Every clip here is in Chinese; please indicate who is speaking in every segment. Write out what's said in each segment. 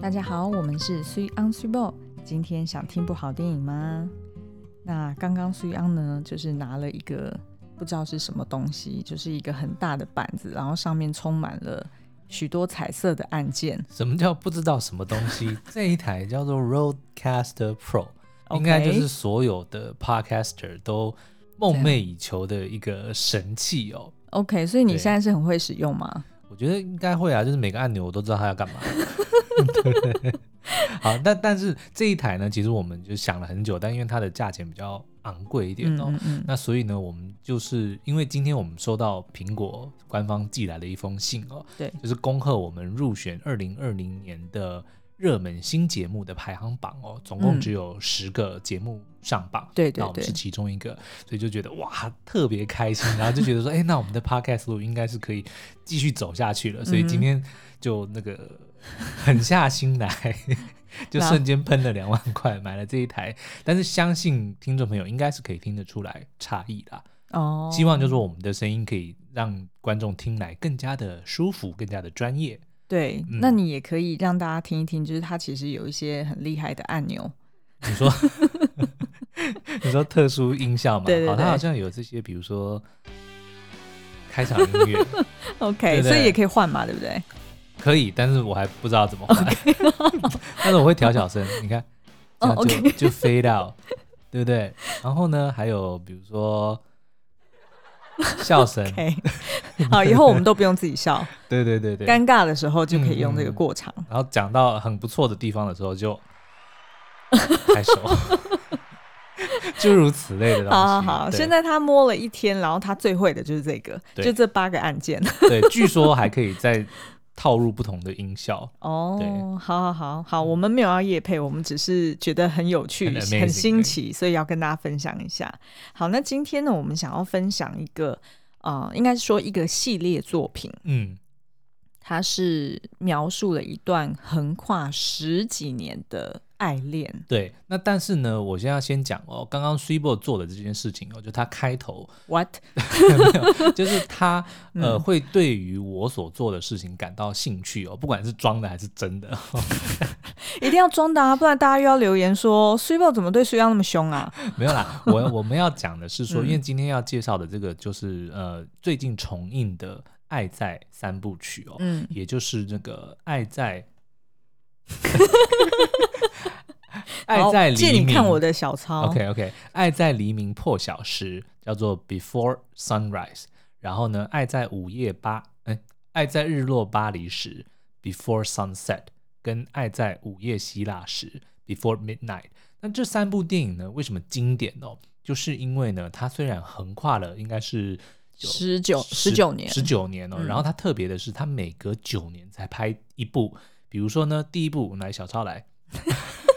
Speaker 1: 大家好，我们是 Three on Three Ball。今天想听部好电影吗？那刚刚 Three on 呢，就是拿了一个不知道是什么东西，就是一个很大的板子，然后上面充满了许多彩色的按键。
Speaker 2: 什么叫不知道什么东 西？这一台叫做 Roadcaster Pro，应该就是所有的 Podcaster 都梦寐以求的一个神器哦。
Speaker 1: OK，所以你
Speaker 2: 对
Speaker 1: 现在是很会使用吗？
Speaker 2: 我觉得应该会啊，就是每个按钮我都知道它要干嘛。 对好，但但是这一台呢，其实我们就想了很久，但因为它的价钱比较昂贵一点哦，
Speaker 1: 嗯嗯
Speaker 2: 那所以呢，我们就是因为今天我们收到苹果官方寄来的一封信哦，
Speaker 1: 对
Speaker 2: 就是恭贺我们入选二零二零年的热门新节目的排行榜哦，总共
Speaker 1: 嗯
Speaker 2: 只有十个节目上榜，
Speaker 1: 对对
Speaker 2: 那我们
Speaker 1: 对
Speaker 2: 是其中一个，所以就觉得哇特别开心，然后就觉得说，哎、那我们的 podcast 路应该是可以继续走下去了，所
Speaker 1: 嗯
Speaker 2: 以今天就那个狠下心来。 就
Speaker 1: 那
Speaker 2: 瞬间喷了两万块，买了这一台，但是相信听众朋友应该是可以听得出来差异啦。
Speaker 1: 哦，
Speaker 2: 希望就是我们的声音可以让观众听来更加的舒服，更加的专业。
Speaker 1: 对，
Speaker 2: 嗯
Speaker 1: 那你也可以让大家听一听，就是它其实有一些很厉害的按钮。
Speaker 2: 你说， 你说特殊音效嘛？
Speaker 1: 对对
Speaker 2: 好，它
Speaker 1: 对
Speaker 2: 好像有这些，比如说开场音乐
Speaker 1: OK，
Speaker 2: 对对
Speaker 1: 所以也可以换嘛，对不对？
Speaker 2: 可以，但是我还不知道怎么换。 但是我会调小声，你看，这
Speaker 1: 哦
Speaker 2: 样就、
Speaker 1: OK
Speaker 2: 就 fade out，对不对？然后呢，还有比如说笑声
Speaker 1: OK，好，以后我们都不用自己笑，
Speaker 2: 对对 对对。嗯
Speaker 1: 尴尬的时候就可以用这个过场。
Speaker 2: 然后讲到很不错的地方的时候就拍手， 诸如此类的东西。
Speaker 1: 好好哦好，
Speaker 2: 对
Speaker 1: 现在他摸了一天，然后他最会的就是这个，
Speaker 2: 对
Speaker 1: 就这八个按键。
Speaker 2: 对，据说还可以再套入不同的音效，
Speaker 1: 哦
Speaker 2: 对，
Speaker 1: 好好好好，我们没有要夜配，我们只是觉得很有趣、
Speaker 2: 很
Speaker 1: 很
Speaker 2: amazing
Speaker 1: 新奇，所以要跟大家分享一下。好，那今天呢，我们想要分享一个，呃，应该是说一个系列作品，
Speaker 2: 嗯，
Speaker 1: 它是描述了一段横跨十几年的爱恋。
Speaker 2: 对。那但是呢，我现在要先讲哦，刚刚 s u i b o 做的这件事情哦，就他开头
Speaker 1: What？
Speaker 2: 就是他呃、
Speaker 1: 嗯
Speaker 2: 会对于我所做的事情感到兴趣哦，不管是装的还是真的，
Speaker 1: 一定要装的啊，不然大家又要留言说 s u p e 怎么对 s u 那么凶啊？
Speaker 2: 没有啦，我我们要讲的是说，
Speaker 1: 嗯
Speaker 2: 因为今天要介绍的这个就是呃最近重映的《爱在》三部曲哦，
Speaker 1: 嗯，
Speaker 2: 也就是那个《爱在》 《爱
Speaker 1: 好
Speaker 2: 在
Speaker 1: 借
Speaker 2: 黎明》
Speaker 1: 你看我的小抄。
Speaker 2: OK OK，《爱在黎明破晓时》叫做 Before Sunrise，然后呢，《爱在午夜巴》哎，《爱在日落巴黎时》Before Sunset，跟《爱在午夜希腊时》Before Midnight。那这三部电影呢，为什么经典哦？就是因为呢，它虽然横跨了应该是有
Speaker 1: 十九十九年，
Speaker 2: 十九年哦。
Speaker 1: 嗯
Speaker 2: 然后它特别的是，它每隔九年才拍一部。比如说呢，第一部来小超来，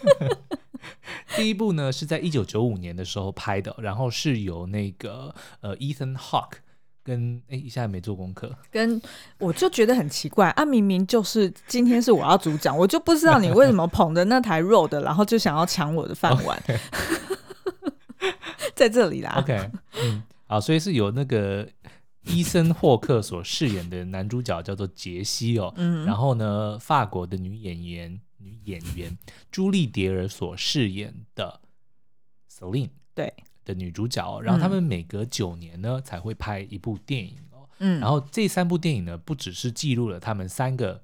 Speaker 2: 第一部呢是在一九九五年的时候拍的，然后是由那个呃 Ethan Hawke 跟哎一下没做功课，
Speaker 1: 跟我就觉得很奇怪啊！明明就是今天是我要主讲，我就不知道你为什么捧着那台 Road，然后就想要抢我的饭 碗， 在这里啦。
Speaker 2: OK，嗯，好，所以是由那个伊森霍克所饰演的男主角叫做杰西哦，
Speaker 1: 嗯
Speaker 2: 然后呢，法国的女演员女演员朱莉蝶儿所饰演的 Celine
Speaker 1: 对嗯
Speaker 2: 的女主角哦、然后他们每隔九年呢、才会拍一部电影哦，
Speaker 1: 嗯，
Speaker 2: 然后这三部电影呢，不只是记录了他们三个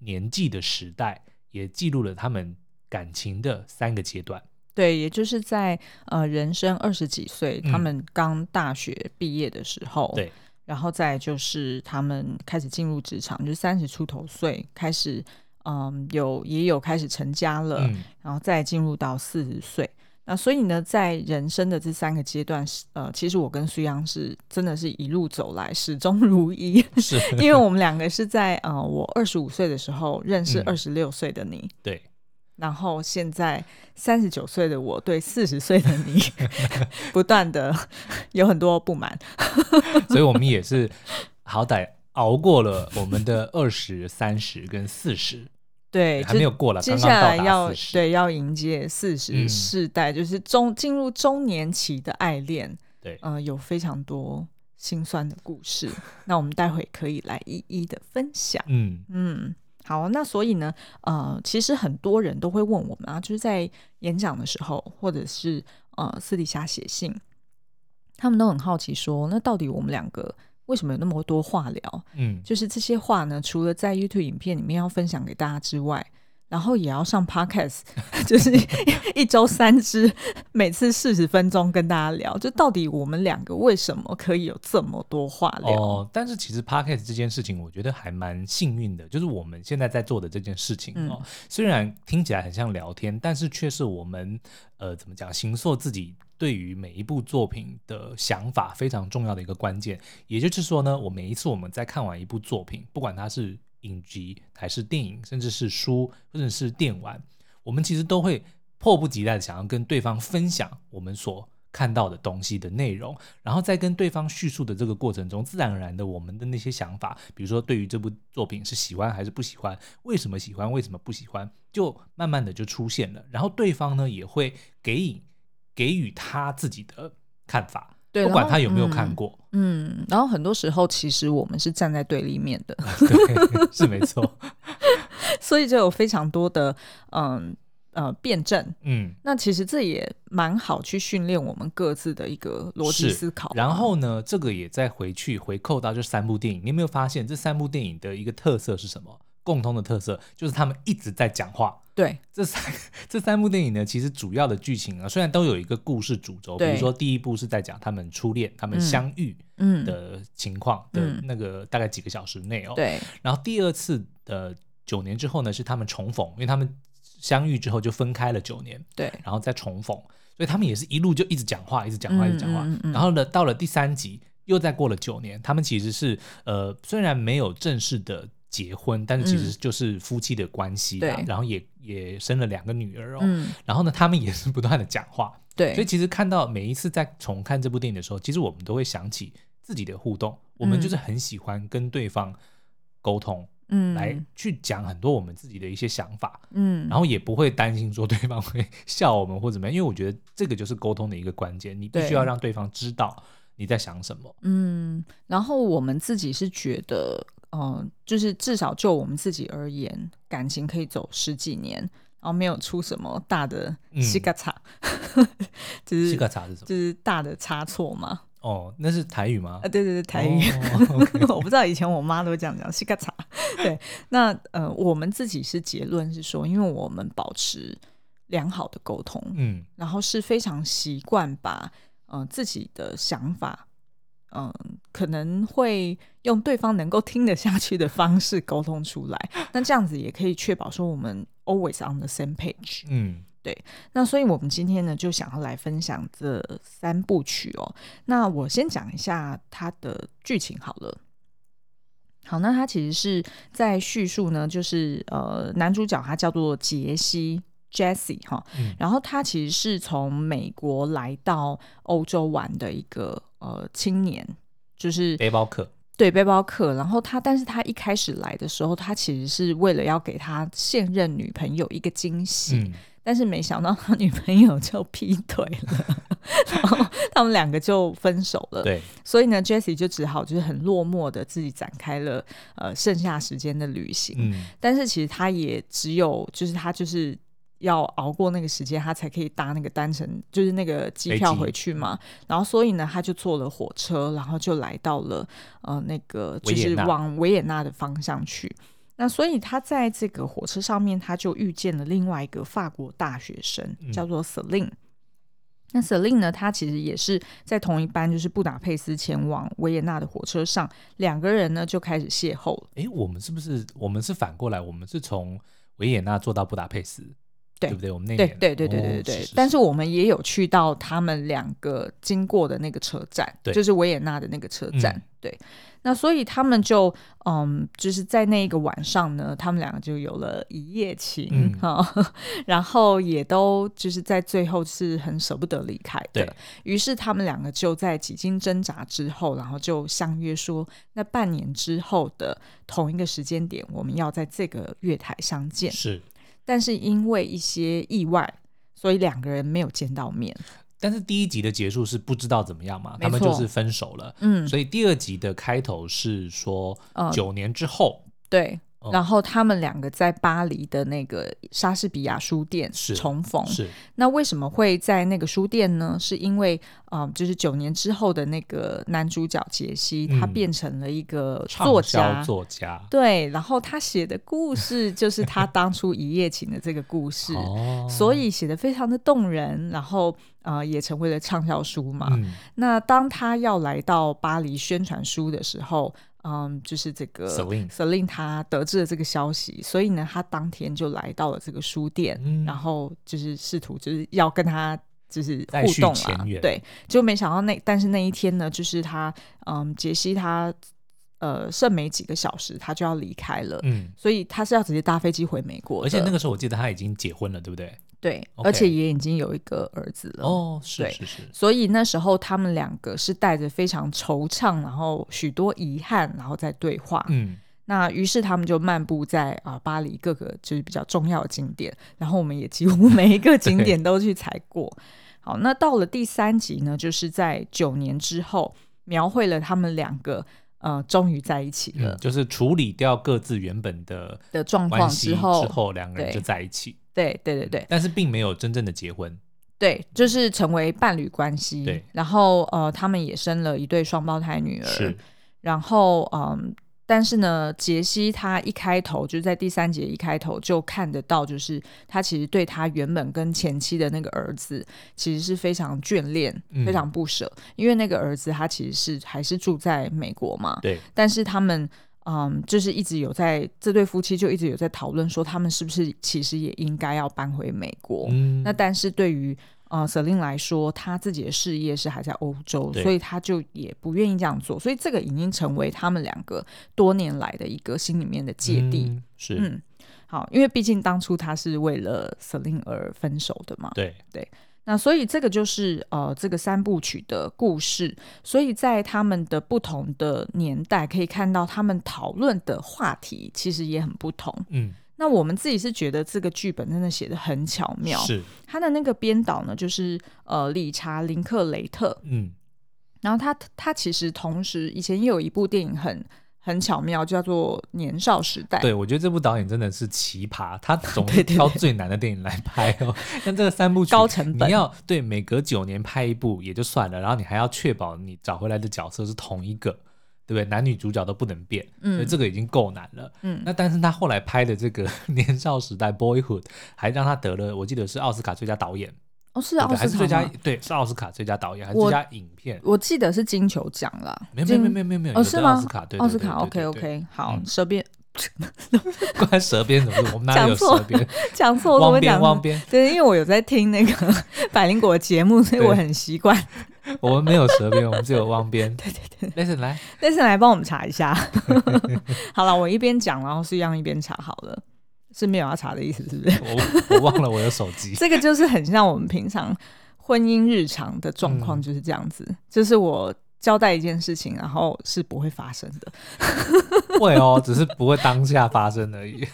Speaker 2: 年纪的时代，也记录了他们感情的三个阶段。
Speaker 1: 对，也就是在呃人生二十几岁，
Speaker 2: 嗯
Speaker 1: 他们刚大学毕业的时候，
Speaker 2: 对，
Speaker 1: 然后再就是他们开始进入职场，就是三十出头岁开始，嗯，有也有开始成家了，
Speaker 2: 嗯，
Speaker 1: 然后再进入到四十岁。那所以呢，在人生的这三个阶段，是呃，其实我跟苏央是真的是一路走来始终如一，
Speaker 2: 是，
Speaker 1: 因为我们两个是在呃我二十五岁的时候认识
Speaker 2: 嗯
Speaker 1: 二十六岁的你，
Speaker 2: 对。
Speaker 1: 然后现在三十九岁的我对四十岁的 你不断的有很多不满，
Speaker 2: 所以我们也是好歹熬过了我们的二十三十跟四十，
Speaker 1: 对，
Speaker 2: 还
Speaker 1: 就
Speaker 2: 没有过了，
Speaker 1: 接
Speaker 2: 刚
Speaker 1: 下
Speaker 2: 刚
Speaker 1: 来
Speaker 2: 到
Speaker 1: 要
Speaker 2: 达四十。
Speaker 1: 对要迎接四十
Speaker 2: 嗯
Speaker 1: 世代，就是中进入中年期的爱恋，
Speaker 2: 对
Speaker 1: 呃，有非常多心酸的故事。那我们待会可以来一一的分享。
Speaker 2: 嗯，
Speaker 1: 嗯，好，那所以呢，呃，其实很多人都会问我们啊，就是在演讲的时候，或者是呃私底下写信，他们都很好奇说，那到底我们两个为什么有那么多话聊？
Speaker 2: 嗯，
Speaker 1: 就是这些话呢，除了在 YouTube 影片里面要分享给大家之外，然后也要上 Podcast，就是 一一周三支，每次四十分钟跟大家聊，就到底我们两个为什么可以有这么多话聊？
Speaker 2: 哦，但是其实 podcast 这件事情，我觉得还蛮幸运的，就是我们现在在做的这件事情哦，虽然听起来很像聊天，但是却是我们呃怎么讲，形塑自己对于每一部作品的想法非常重要的一个关键。也就是说呢，我每一次我们在看完一部作品，不管它是影集还是电影，甚至是书或者是电玩，我们其实都会迫不及待的想要跟对方分享我们所看到的东西的内容，然后在跟对方叙述的这个过程中，自然而然的我们的那些想法，比如说对于这部作品是喜欢还是不喜欢，为什么喜欢，为什么不喜欢，就慢慢的就出现了。然后对方呢也会给予给予他自己的看法，
Speaker 1: 对
Speaker 2: 不
Speaker 1: 然
Speaker 2: 管
Speaker 1: 后
Speaker 2: 他有没有
Speaker 1: 嗯
Speaker 2: 看过，
Speaker 1: 嗯，然后很多时候其实我们是站在对立面的，
Speaker 2: 对，是没错，
Speaker 1: 所以就有非常多的嗯呃辩证。
Speaker 2: 嗯。
Speaker 1: 那其实这也蛮好去训练我们各自的一个逻辑
Speaker 2: 是
Speaker 1: 思考。啊
Speaker 2: 然后呢，这个也再回去回扣到这三部电影，你有没有发现这三部电影的一个特色是什么？共通的特色就是他们一直在讲话。
Speaker 1: 对
Speaker 2: 这三 这三部电影呢，其实主要的剧情啊，虽然都有一个故事主轴，比
Speaker 1: 对
Speaker 2: 如说第一部是在讲他们初恋、他们
Speaker 1: 嗯
Speaker 2: 相遇
Speaker 1: 嗯
Speaker 2: 的情况的
Speaker 1: 嗯
Speaker 2: 那个大概几个小时内哦。
Speaker 1: 对
Speaker 2: 然后第二次的九年之后呢，是他们重逢，因为他们相遇之后就分开了九年。
Speaker 1: 对
Speaker 2: 然后再重逢，所以他们也是一路就一直讲话，一直讲话，
Speaker 1: 嗯
Speaker 2: 一直讲话。
Speaker 1: 嗯嗯嗯
Speaker 2: 然后呢，到了第三集，又再过了九年，他们其实是呃，虽然没有正式的结婚，但是其实就是夫妻的关系啦、
Speaker 1: 嗯对
Speaker 2: 然后也也生了两个女儿哦。
Speaker 1: 嗯
Speaker 2: 然后呢，他们也是不断的讲话，所以
Speaker 1: 对
Speaker 2: 其实看到每一次在重看这部电影的时候，其实我们都会想起自己的互动，我们
Speaker 1: 嗯
Speaker 2: 就是很喜欢跟对方沟通，
Speaker 1: 嗯
Speaker 2: 来去讲很多我们自己的一些想法。
Speaker 1: 嗯
Speaker 2: 然后也不会担心说对方会 笑我们或怎么样，因为我觉得这个就是沟通的一个关键，你必须
Speaker 1: 对
Speaker 2: 要让对方知道你在想什么。
Speaker 1: 嗯，然后我们自己是觉得，嗯，就是至少就我们自己而言，感情可以走十几年，然后没有出什么大的
Speaker 2: 嗯
Speaker 1: 西嘎差， 就是
Speaker 2: 西格查是什么？
Speaker 1: 就是大的差错嘛。
Speaker 2: 哦，那是台语吗
Speaker 1: 啊，？对对对，台语。
Speaker 2: 哦 OK
Speaker 1: 我不知道以前我妈都这样讲，西嘎嚓。 对，那呃，我们自己是结论是说，因为我们保持良好的沟通，
Speaker 2: 嗯
Speaker 1: 然后是非常习惯把呃自己的想法，嗯、可能会用对方能够听得下去的方式沟通出来。那这样子也可以确保说我们 always on the same page。
Speaker 2: 嗯
Speaker 1: 那所以，我们今天呢，就想要来分享这三部曲哦。那我先讲一下它的剧情好了。好，那它其实是在叙述呢，就是呃，男主角他叫做杰西 （Jesse） 哈，
Speaker 2: 嗯
Speaker 1: 然后他其实是从美国来到欧洲玩的一个呃青年，就是
Speaker 2: 背包客，
Speaker 1: 对背包客。然后他，但是他一开始来的时候，他其实是为了要给他现任女朋友一个惊喜，
Speaker 2: 嗯
Speaker 1: 但是没想到他女朋友就劈腿了，然后他们两个就分手了。
Speaker 2: 对，
Speaker 1: 所以呢，Jesse 就只好就是很落寞的自己展开了呃剩下时间的旅行。
Speaker 2: 嗯
Speaker 1: 但是其实他也只有就是他就是要熬过那个时间，他才可以搭那个单程，就是那个机票
Speaker 2: 飞机
Speaker 1: 回去嘛。然后所以呢，他就坐了火车，然后就来到了呃那个就
Speaker 2: 维也
Speaker 1: 是
Speaker 2: 纳
Speaker 1: 往维也纳的方向去。那所以他在这个火车上面，他就遇见了另外一个法国大学生
Speaker 2: 嗯，
Speaker 1: 叫做 Celine。那 Celine 呢，他其实也是在同一班，就是布达佩斯前往维也纳的火车上，两个人呢就开始邂逅了。
Speaker 2: 诶，我们是不是我们是反过来，我们是从维也纳坐到布达佩斯，
Speaker 1: 对
Speaker 2: 不对？我们那
Speaker 1: 对
Speaker 2: 年
Speaker 1: 对对对
Speaker 2: 哦
Speaker 1: 对对对
Speaker 2: 是
Speaker 1: 但是我们也有去到他们两个经过的那个车站，
Speaker 2: 对
Speaker 1: 就是维也纳的那个车站。
Speaker 2: 嗯
Speaker 1: 对，那所以他们就嗯，就是在那一个晚上呢，他们两个就有了一夜情
Speaker 2: 嗯
Speaker 1: 哈、 然后也都就是在最后是很舍不得离开的
Speaker 2: 对。
Speaker 1: 于是他们两个就在几经挣扎之后，然后就相约说，那半年之后的同一个时间点，我们要在这个月台相见。
Speaker 2: 是
Speaker 1: 但是因为一些意外，所以两个人没有见到面。
Speaker 2: 但是第一集的结束是不知道怎么样嘛，
Speaker 1: 没
Speaker 2: 他们就
Speaker 1: 错
Speaker 2: 是分手了。
Speaker 1: 嗯，
Speaker 2: 所以第二集的开头是说
Speaker 1: 呃
Speaker 2: 九年之后，
Speaker 1: 对，
Speaker 2: 哦
Speaker 1: 然后他们两个在巴黎的那个莎士比亚书店
Speaker 2: 是
Speaker 1: 重逢。
Speaker 2: 是
Speaker 1: 那为什么会在那个书店呢？是因为啊、呃就是九年之后的那个男主角杰西，他
Speaker 2: 嗯
Speaker 1: 变成了一个
Speaker 2: 畅
Speaker 1: 作
Speaker 2: 销
Speaker 1: 家。
Speaker 2: 作家，
Speaker 1: 对，然后他写的故事就是他当初一夜情的这个故事。
Speaker 2: 哦，
Speaker 1: 所以写的非常的动人，然后呃也成为了畅销书嘛。
Speaker 2: 嗯，
Speaker 1: 那当他要来到巴黎宣传书的时候，嗯，就是这个
Speaker 2: Celine
Speaker 1: Celine 他得知了这个消息，所以呢，他当天就来到了这个书店，
Speaker 2: 嗯
Speaker 1: 然后就是试图就是要跟他。就是
Speaker 2: 再
Speaker 1: 互
Speaker 2: 续
Speaker 1: 动
Speaker 2: 前
Speaker 1: 啦，
Speaker 2: 缘
Speaker 1: 对，就没想到那，但是那一天呢，就是他，嗯，杰西他，呃，剩没几个小时，他就要离开了，
Speaker 2: 嗯，
Speaker 1: 所以他是要直接搭飞机回美国的，嗯
Speaker 2: 而且那个时候我记得他已经结婚了，对不对？
Speaker 1: 对，
Speaker 2: OK
Speaker 1: 而且也已经有一个儿子了。
Speaker 2: 哦，是
Speaker 1: 对
Speaker 2: 是是，
Speaker 1: 所以那时候他们两个是带着非常惆怅，然后许多遗憾，然后在对话。
Speaker 2: 嗯，
Speaker 1: 那于是他们就漫步在啊、巴黎各个就是比较重要的景点，然后我们也几乎 每一个景点都去踩过。好，那到了第三集呢，就是在九年之后，描绘了他们两个呃终于在一起了
Speaker 2: 嗯就是处理掉各自原本的
Speaker 1: 的呃状况
Speaker 2: 关系
Speaker 1: 之
Speaker 2: 之
Speaker 1: 后，
Speaker 2: 后，两个人
Speaker 1: 对
Speaker 2: 就在一起，
Speaker 1: 对对对对，
Speaker 2: 但是并没有真正的结婚，
Speaker 1: 对，就是成为伴侣关系。
Speaker 2: 对
Speaker 1: 然后呃，他们也生了一对双胞胎女儿。
Speaker 2: 是，
Speaker 1: 然后嗯，但是呢，杰西他一开头就是在第三节一开头就看得到，就是他其实对他原本跟前妻的那个儿子其实是非常眷恋、
Speaker 2: 嗯
Speaker 1: 非常不舍，因为那个儿子他其实是还是住在美国嘛，
Speaker 2: 对，
Speaker 1: 但是他们。嗯，就是一直有在这对夫妻就一直有在讨论说，他们是不是其实也应该要搬回美国？
Speaker 2: 嗯，
Speaker 1: 那但是对于呃 Celine 来说，她自己的事业是还在欧洲，
Speaker 2: 对
Speaker 1: 所以她就也不愿意这样做，所以这个已经成为他们两个多年来的一个心里面的芥蒂。
Speaker 2: 嗯是，
Speaker 1: 嗯好，因为毕竟当初她是为了 Celine 而分手的嘛。
Speaker 2: 对，
Speaker 1: 那所以这个就是呃这个三部曲的故事。所以在他们的不同的年代，可以看到他们讨论的话题其实也很不同。
Speaker 2: 嗯，
Speaker 1: 那我们自己是觉得这个剧本真的写的很巧妙，
Speaker 2: 是，
Speaker 1: 他的那个编导呢，就是呃理查林克雷特，
Speaker 2: 嗯，
Speaker 1: 然后他他其实同时以前也有一部电影很很巧妙，叫做《年少时代》。
Speaker 2: 对，我觉得这部导演真的是奇葩，他总
Speaker 1: 对
Speaker 2: 是
Speaker 1: 对
Speaker 2: 挑最难的电影来拍哦。 像这个三部曲，
Speaker 1: 高成本
Speaker 2: 你要对每隔九年拍一部也就算了，然后你还要确保你找回来的角色是同一个，对不对？男女主角都不能变，所以
Speaker 1: 嗯
Speaker 2: 这个已经够难了。
Speaker 1: 嗯
Speaker 2: 那但是他后来拍的这个 《年少时代》（Boyhood） 还让他得了，我记得是奥斯卡最佳导演，
Speaker 1: 哦是
Speaker 2: 对
Speaker 1: 奥
Speaker 2: 不对还
Speaker 1: 斯
Speaker 2: 是
Speaker 1: 卡
Speaker 2: 最佳
Speaker 1: 吗
Speaker 2: 对是奥斯卡最佳导演还是
Speaker 1: 我
Speaker 2: 最佳影片？
Speaker 1: 我记得是金球奖啦，
Speaker 2: 没有没有没有
Speaker 1: 金
Speaker 2: 没有没有没有，
Speaker 1: 哦
Speaker 2: 有
Speaker 1: 是
Speaker 2: 得
Speaker 1: 吗？
Speaker 2: 奥斯卡对
Speaker 1: 奥斯卡
Speaker 2: 对对
Speaker 1: OK
Speaker 2: 对对对
Speaker 1: OK 好，
Speaker 2: 嗯
Speaker 1: 舌边
Speaker 2: 关舌边什么事？我们哪里有
Speaker 1: 讲错
Speaker 2: 舌边？
Speaker 1: 讲错了，
Speaker 2: 汪
Speaker 1: 我
Speaker 2: 边
Speaker 1: 讲
Speaker 2: 汪边，
Speaker 1: 对，因为我有在听那个百灵果的节目，所以
Speaker 2: 对
Speaker 1: 我很习惯。
Speaker 2: 我们没有舌边，我们只有汪边。 对对对，Listen 来，
Speaker 1: 但是来帮我们查一下。 好了，我一边讲，然后是一样一边查好了，是没有要查的意思，是不是？
Speaker 2: 我我忘了我有手 机。
Speaker 1: 这个就是很像我们平常婚姻日常的状况，
Speaker 2: 嗯
Speaker 1: 就是这样子。就是我交代一件事情，然后是不会发生的。
Speaker 2: 会哦，只是不会当下发生而已。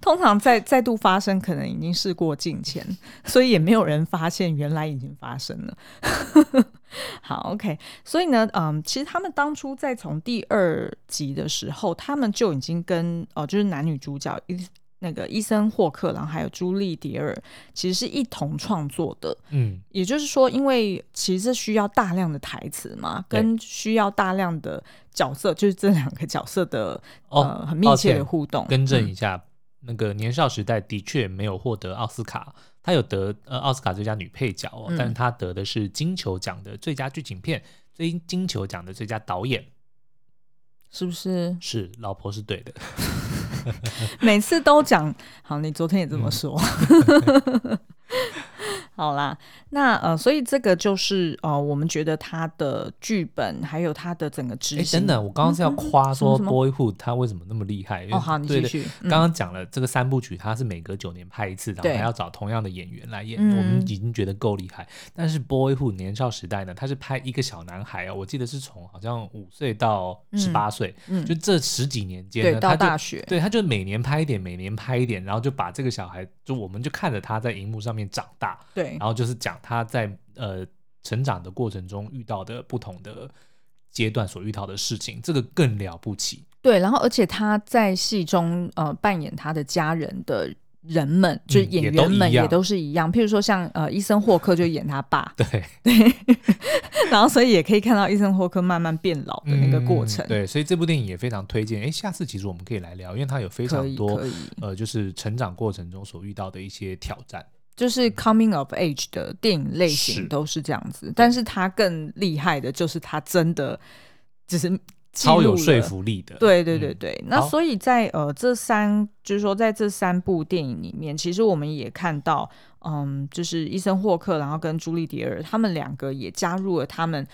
Speaker 1: 通常再再度发生，可能已经事过境迁， 所以也没有人发现原来已经发生了。 好，OK，所以呢，嗯，其实他们当初在从第二集的时候，他们就已经跟哦、呃就是男女主角伊那个伊森霍克，然后还有朱莉迪尔，其实是一同创作的。
Speaker 2: 嗯，
Speaker 1: 也就是说，因为其实这需要大量的台词嘛，
Speaker 2: 对
Speaker 1: 跟需要大量的角色，就是这两个角色的、呃
Speaker 2: 哦，
Speaker 1: 很密切
Speaker 2: 抱
Speaker 1: 的
Speaker 2: 歉
Speaker 1: 互动。
Speaker 2: 更正
Speaker 1: 嗯
Speaker 2: 一下，那个《年少时代》的确没有获得奥斯卡，他有得呃奥斯卡最佳女配角哦，
Speaker 1: 嗯
Speaker 2: 但是他得的是金球奖的最佳剧情片、最金球奖的最佳导演。
Speaker 1: 是不是
Speaker 2: 是，老婆是对的。
Speaker 1: 每次都讲？好，你昨天也这
Speaker 2: 嗯
Speaker 1: 么说。 好啦，那呃，所以这个就是呃，我们觉得他的剧本还有他的整个
Speaker 2: 哎
Speaker 1: 执，行。嗯
Speaker 2: 等等，我刚刚是要夸说
Speaker 1: 什么什
Speaker 2: Boyhood 他为什么那么厉害？因为
Speaker 1: 哦，好，你
Speaker 2: 对
Speaker 1: 继
Speaker 2: 的
Speaker 1: 续。嗯
Speaker 2: 刚刚讲了这个三部曲，它是每隔九年拍一次，然后
Speaker 1: 对
Speaker 2: 还要找同样的演员来演，
Speaker 1: 嗯
Speaker 2: 我们已经觉得够厉害。但是《Boyhood》年少时代呢，它是拍一个小男孩哦，我记得是从好像五岁到十八岁，
Speaker 1: 嗯
Speaker 2: 就这十几年间
Speaker 1: 对
Speaker 2: 呢，
Speaker 1: 到
Speaker 2: 他
Speaker 1: 大
Speaker 2: 就
Speaker 1: 学，
Speaker 2: 对他就每年拍一点，每年拍一点，然后就把这个小孩，就我们就看着他在荧幕上面长大，
Speaker 1: 对
Speaker 2: 然后就是讲他在呃成长的过程中遇到的不同的阶段所遇到的事情，这个更了不起。
Speaker 1: 对，然后而且他在戏中呃扮演他的家人的人们，就
Speaker 2: 嗯也
Speaker 1: 演
Speaker 2: 都
Speaker 1: 员们
Speaker 2: 一样
Speaker 1: 也都是一样。譬如说像呃伊森霍克就演他爸，
Speaker 2: 对，
Speaker 1: 然后所以也可以看到伊森霍克慢慢变老的那个过程。
Speaker 2: 嗯对，所以这部电影也非常推荐。哎，下次其实我们可以来聊，因为它有非
Speaker 1: 可
Speaker 2: 常
Speaker 1: 以
Speaker 2: 多
Speaker 1: 可以，
Speaker 2: 呃，就是成长过程中所遇到的一些挑战。
Speaker 1: 就是 coming of age 的电影类型
Speaker 2: 是
Speaker 1: 都是这样子，但是他更厉害的就是他真的只是记
Speaker 2: 超有
Speaker 1: 录
Speaker 2: 说
Speaker 1: 了
Speaker 2: 服力的。
Speaker 1: 对对
Speaker 2: 嗯
Speaker 1: 对对，那
Speaker 2: 好
Speaker 1: 所以在呃这三，就是说在这三部电影里面，其实我们也看到，嗯，就是伊森霍克，然后跟朱莉迪尔，他们两个也加入了他们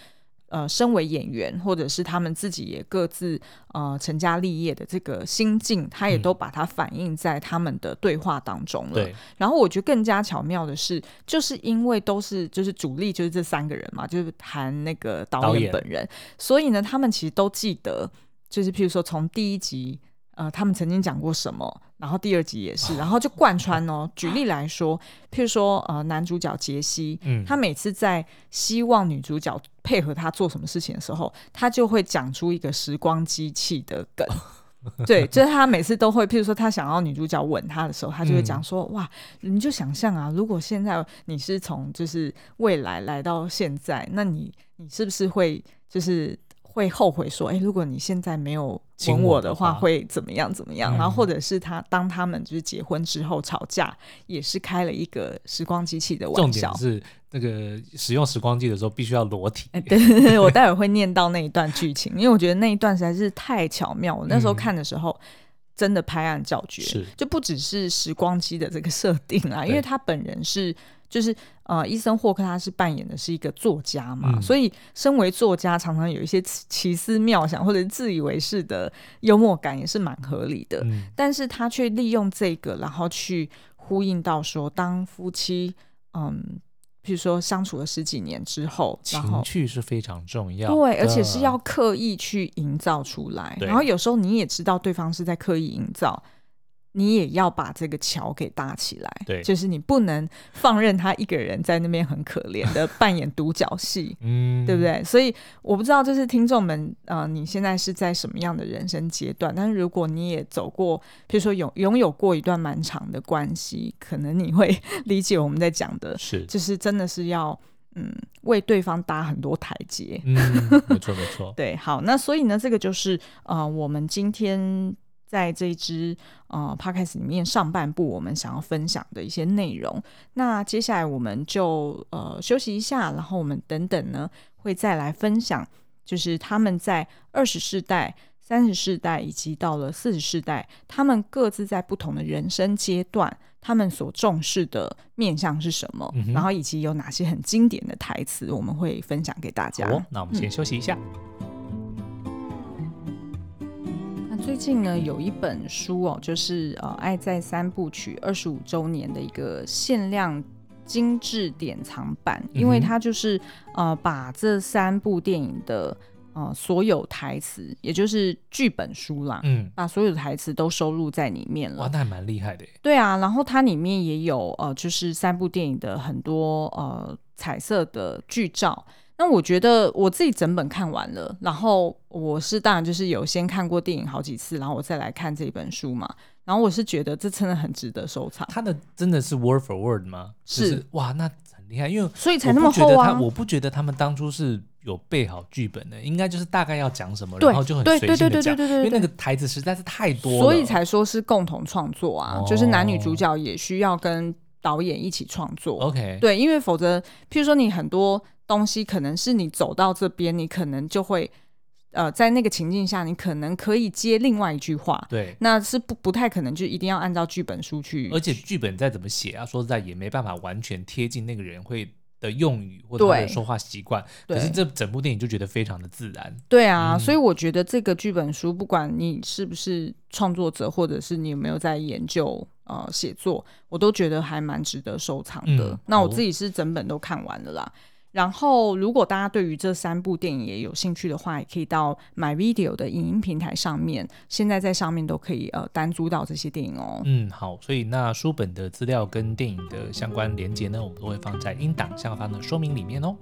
Speaker 1: 呃身为演员，或者是他们自己也各自呃成家立业的这个心境，他也
Speaker 2: 嗯
Speaker 1: 都把它反映在他们的对话当中了。
Speaker 2: 对，
Speaker 1: 然后我觉得更加巧妙的是，就是因为都是就是主力就是这三个人嘛，就是谈那个导
Speaker 2: 导
Speaker 1: 演
Speaker 2: 演
Speaker 1: 本人，所以呢，他们其实都记得，就是譬如说从第一集。呃，他们曾经讲过什么，然后第二集也是，然后就贯穿哦。举例来说，譬如说，呃，男主角杰西，
Speaker 2: 嗯，
Speaker 1: 他每次在希望女主角配合他做什么事情的时候，他就会讲出一个时光机器的 梗。对，就是他每次都会，譬如说他想要女主角吻他的时候，他就会讲说：“哇，
Speaker 2: 嗯
Speaker 1: 你就想象啊，如果现在你是从就是未来来到现在，那你你是不是会就是会后悔说，哎、如果你现在没有
Speaker 2: 亲
Speaker 1: 吻
Speaker 2: 我
Speaker 1: 我
Speaker 2: 的
Speaker 1: 的话，
Speaker 2: 话
Speaker 1: 会怎么样怎么样？”然后
Speaker 2: 嗯
Speaker 1: 或者是他当他们就是结婚之后吵架，也是开了一个时光机器的
Speaker 2: 重
Speaker 1: 玩笑
Speaker 2: 点。是那个使用时光机的时候必须要裸体。
Speaker 1: 哎，对对对， 我待会会念到那一段剧情，因为我觉得那一段实在是太巧妙。我那时候
Speaker 2: 嗯
Speaker 1: 看的时候，真的拍案叫绝，
Speaker 2: 是
Speaker 1: 就不只是时光机的这个设定啦，因为
Speaker 2: 对
Speaker 1: 他本人是就是呃，伊森霍克他是扮演的是一个作家嘛，
Speaker 2: 嗯
Speaker 1: 所以身为作家，常常有一些奇奇思妙想或者自以为是的幽默感，也是蛮合理的。
Speaker 2: 嗯，
Speaker 1: 但是他却利用这个，然后去呼应到说，当夫妻嗯。譬如说相处了十几年之后，然后
Speaker 2: 情趣是非常重要的。
Speaker 1: 对，而且是要刻意去营造出来。
Speaker 2: 对
Speaker 1: 然后有时候你也知道对方是在刻意营造，你也要把这个桥给搭起来。
Speaker 2: 对
Speaker 1: 就是你不能放任他一个人在那边很可怜 的扮演独角戏。
Speaker 2: 嗯，
Speaker 1: 对不？对？所以我不知道，就是听众们，呃，你现在是在什么样的人生阶段？但是如果你也走过，比如说有拥有过一段蛮长的关系，可能你会 理解我们在讲的，
Speaker 2: 是，
Speaker 1: 就是真的是要嗯为对方搭很多台阶。
Speaker 2: 嗯，没错没错。
Speaker 1: 对，好，那所以呢，这个就是呃，我们今天在这一支呃 podcast 里面上半部我们想要分享的一些内容。那接下来我们就呃休息一下，然后我们等等呢会再来分享，就是他们在二十世代。三十世代以及到了四十世代，他们各自在不同的人生阶段，他们所重视的面向是什么，
Speaker 2: 嗯哼
Speaker 1: 然后以及有哪些很经典的台词，我们会分享给大家。
Speaker 2: 好哦，那我们先休息一下。
Speaker 1: 那最近呢，有一本书哦，就是呃《爱在三部曲》二十五周年的一个限量精致典藏版，因为
Speaker 2: 嗯哼
Speaker 1: 它就是呃把这三部电影的呃所有台词，也就是剧本书啦，
Speaker 2: 嗯，
Speaker 1: 把所有的台词都收录在里面
Speaker 2: 哇，
Speaker 1: 了。
Speaker 2: 那还蛮厉害的耶。
Speaker 1: 对啊，然后它里面也有呃，就是三部电影的很多呃彩色的剧照。那我觉得我自己整本看完了，然后我是当然就是有先看过电影好几次，然后我再来看这本书嘛。然后我是觉得这真的很值得收藏，
Speaker 2: 他的真的是 word for word 吗？就是是哇，那很厉害，因为
Speaker 1: 所以才
Speaker 2: 我
Speaker 1: 那
Speaker 2: 不
Speaker 1: 么
Speaker 2: 觉
Speaker 1: 厚
Speaker 2: 得他，
Speaker 1: 啊。
Speaker 2: 我不觉得他们当初是有备好剧本的，应该就是大概要讲什么，
Speaker 1: 对
Speaker 2: 然后就很
Speaker 1: 对
Speaker 2: 随
Speaker 1: 对
Speaker 2: 性
Speaker 1: 对对
Speaker 2: 的讲，
Speaker 1: 对对
Speaker 2: 因为
Speaker 1: 对
Speaker 2: 那个台词实在是太多了，
Speaker 1: 所以才说是共同创作啊，
Speaker 2: 哦
Speaker 1: 就是男女主角也需要跟导演一起创作。
Speaker 2: OK。
Speaker 1: 对，因为否则，譬如说你很多东西可能是你走到这边，你可能就会呃，在那个情境下，你可能可以接另外一句话，
Speaker 2: 对，
Speaker 1: 那是不不太可能就一定要按照剧本书去。
Speaker 2: 而且剧本再怎么写啊，说实在也没办法完全贴近那个人会的用语或者他
Speaker 1: 对
Speaker 2: 的说话习惯。
Speaker 1: 对
Speaker 2: 可是这整部电影就觉得非常的自然。
Speaker 1: 对啊，
Speaker 2: 嗯
Speaker 1: 所以我觉得这个剧本书，不管你是不是创作者，或者是你有没有在研究呃写作，我都觉得还蛮值得收藏的。
Speaker 2: 嗯
Speaker 1: 那我
Speaker 2: 好哦
Speaker 1: 自己是整本都看完了啦。然后，如果大家对于这三部电影也有兴趣的话，也可以到 My Video 的影音平台上面，现在在上面都可以呃单租到这些电影哦。
Speaker 2: 嗯，好，所以那书本的资料跟电影的相关连接呢，我们都会放在音档下方的说明里面哦。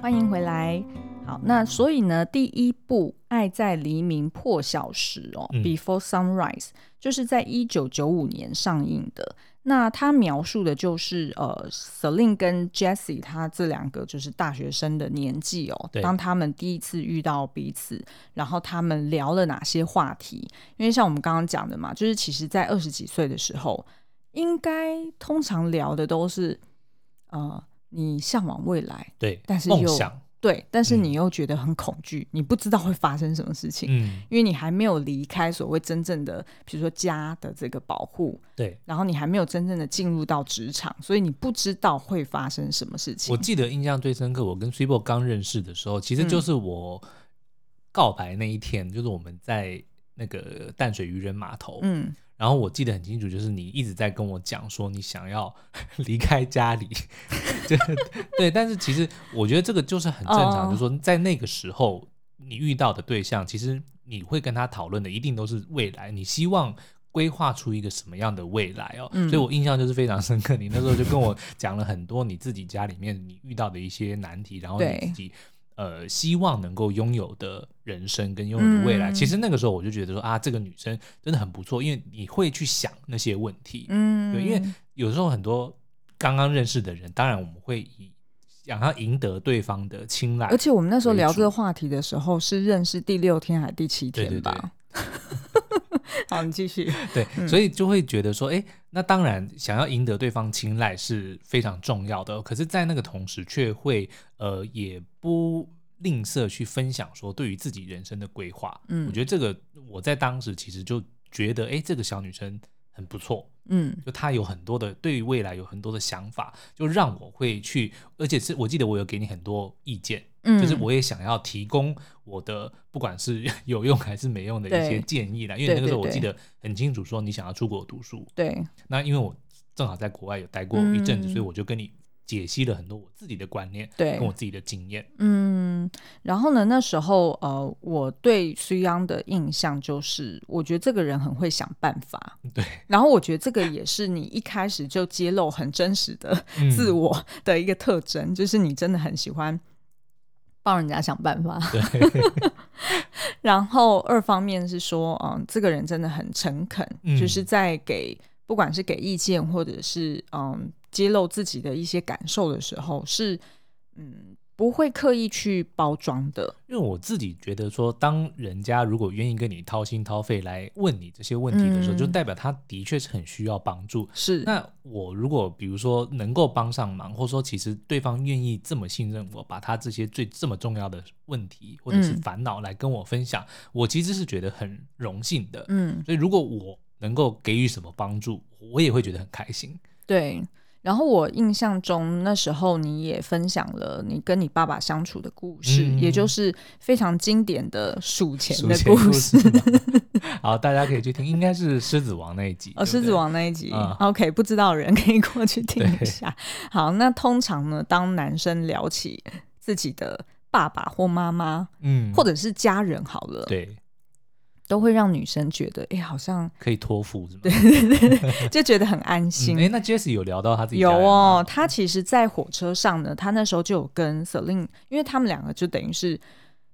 Speaker 1: 欢迎回来。好，那所以呢，第一部《爱在黎明破晓时》哦，
Speaker 2: 嗯
Speaker 1: Before Sunrise》就是在一九九五年上映的。那它描述的就是呃，Celine 跟 Jesse 他这两个就是大学生的年纪哦
Speaker 2: 对，
Speaker 1: 当他们第一次遇到彼此，然后他们聊了哪些话题？因为像我们刚刚讲的嘛，就是其实在二十几岁的时候，应该通常聊的都是呃，你向往未来，
Speaker 2: 对，
Speaker 1: 但是
Speaker 2: 梦
Speaker 1: 又
Speaker 2: 想，
Speaker 1: 对，但是
Speaker 2: 嗯
Speaker 1: 你又觉得很恐惧，你不知道会发生什么事情，
Speaker 2: 嗯，
Speaker 1: 因为你还没有离开所谓真正的，比如说家的这个保护，
Speaker 2: 对。
Speaker 1: 然后你还没有真正的进入到职场，所以你不知道会发生什么事
Speaker 2: 我
Speaker 1: 情。
Speaker 2: 记得印象最深刻，我跟 s u p e 刚认识的时候，其实
Speaker 1: 嗯
Speaker 2: 就是我告白那一天，就是我们在那个淡水渔人码头，
Speaker 1: 嗯，
Speaker 2: 然后我记得很清楚，就是你一直在跟我讲说你想要 离开家里， 对对，但是其实我觉得这个就是很正常，
Speaker 1: 哦
Speaker 2: 就是说在那个时候你遇到的对象，其实你会跟他讨论的一定都是未来，你希望。规划出一个什么样的未来哦？
Speaker 1: 嗯
Speaker 2: 所以我印象就是非常深刻。你那时候就跟我讲了很多你自己家里面你遇到的一些难题，然后你
Speaker 1: 对
Speaker 2: 自己呃希望能够拥有的人生跟拥有的未来。
Speaker 1: 嗯
Speaker 2: 其实那个时候我就觉得说啊，这个女生真的很不错，因为你会去想那些问题。
Speaker 1: 嗯
Speaker 2: 对，因为有时候很多刚刚认识的人，当然我们会以想要赢得对方的青睐
Speaker 1: 而，且我们那时候
Speaker 2: 为
Speaker 1: 聊
Speaker 2: 主
Speaker 1: 这个话题的时候，是认识第六天还是第七
Speaker 2: 对对
Speaker 1: 天吧？ 好，你继续。
Speaker 2: 对，所以就会觉得说，哎，那当然想要赢得对方青睐是非常重要的哦，可是，在那个同时却会呃也不吝啬去分享说对于自己人生的规划。
Speaker 1: 嗯
Speaker 2: 我觉得这个我在当时其实就觉得，哎，这个小女生很不错，
Speaker 1: 嗯
Speaker 2: 就她有很多的对于未来有很多的想法，就让我会去，而且是我记得我有给你很多意见，
Speaker 1: 嗯，
Speaker 2: 就是我也想要提供我的不管是 有用还是没用的一些
Speaker 1: 对
Speaker 2: 建议啦，因
Speaker 1: 对
Speaker 2: 为那个时候
Speaker 1: 对
Speaker 2: 我记
Speaker 1: 对
Speaker 2: 得很清楚，说你想要出国读书，
Speaker 1: 对，
Speaker 2: 那因为我正好在国外有待过一阵子，
Speaker 1: 嗯
Speaker 2: 所以我就跟你解析了很多我自己的观念，
Speaker 1: 对
Speaker 2: 跟我自己的经验，
Speaker 1: 嗯，然后呢，那时候呃，我对苏央的印象就是，我觉得这个人很会想办法。
Speaker 2: 对，
Speaker 1: 然后我觉得这个也是你一开始就揭露很真实的
Speaker 2: 嗯
Speaker 1: 自我的一个特征， 就是你真的很喜欢帮人家想办法。
Speaker 2: 对
Speaker 1: 然后二方面是说，嗯，这个人真的很诚恳，
Speaker 2: 嗯
Speaker 1: 就是在给不管是给意见或者是嗯揭露自己的一些感受的时候，是嗯不会刻意去包装的。
Speaker 2: 因为我自己觉得说，当人家如果愿意跟你掏心掏肺来问你这些问题的时候，
Speaker 1: 嗯
Speaker 2: 就代表他的确是很需要帮助。
Speaker 1: 是，
Speaker 2: 那我如果比如说能够帮上忙，或者说其实对方愿意这么信任我，把他这些最这么重要的问题或者是
Speaker 1: 嗯
Speaker 2: 烦恼来跟我分享，我其实是觉得很荣幸的。
Speaker 1: 嗯，
Speaker 2: 所以如果我能够给予什么帮助，我也会觉得很开 心。
Speaker 1: 对。然后我印象中那时候你也分享了你跟你爸爸相处的故事，
Speaker 2: 嗯
Speaker 1: 也就是非常经典的数钱
Speaker 2: 数
Speaker 1: 的
Speaker 2: 钱
Speaker 1: 故
Speaker 2: 故
Speaker 1: 事。哦
Speaker 2: 事嘛好，大家可以去听，应该是狮子王那一集。
Speaker 1: 哦，
Speaker 2: 对不对
Speaker 1: 狮子。王那一集、
Speaker 2: 嗯
Speaker 1: o k 不知道的人 可以过去听
Speaker 2: 对
Speaker 1: 一下。好，那通常呢，当男生聊起自己的爸爸或妈妈，
Speaker 2: 嗯，
Speaker 1: 或者是家人好了，
Speaker 2: 对，
Speaker 1: 都会让女生觉得，哎、好 像
Speaker 2: 可以托付是吗？
Speaker 1: 就觉得很安
Speaker 2: 嗯
Speaker 1: 心。
Speaker 2: 诶那 Jesse 有聊到他自己
Speaker 1: 有
Speaker 2: 家人
Speaker 1: 哦
Speaker 2: 吗，，
Speaker 1: 他其实，在火车上呢，他那时候就有跟 Celine，因为他们两个就等于是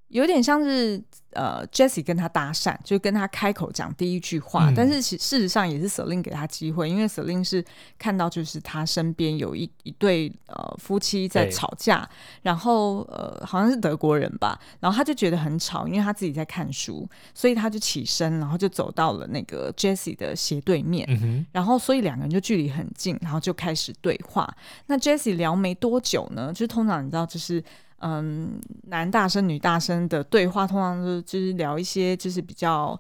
Speaker 1: 有点像是呃 Jesse 跟他搭讪，就跟他开口讲第一句话，
Speaker 2: 嗯
Speaker 1: 但是其事实上也是 Celine 给他机会，因为 Celine 是看到就是他身边有一一对呃夫妻在
Speaker 2: 对
Speaker 1: 吵架，然后呃好像是德国人吧，然后他就觉得很吵，因为他自己在看书，所以他就起身，然后就走到了那个 Jesse 的斜对面，
Speaker 2: 嗯哼，
Speaker 1: 然后所以两个人就距离很近，然后就开始对话。那 Jesse 聊没多久呢，就是通常你知道，就是嗯，男大生女大生的对话，通常就是就是聊一些就是比较。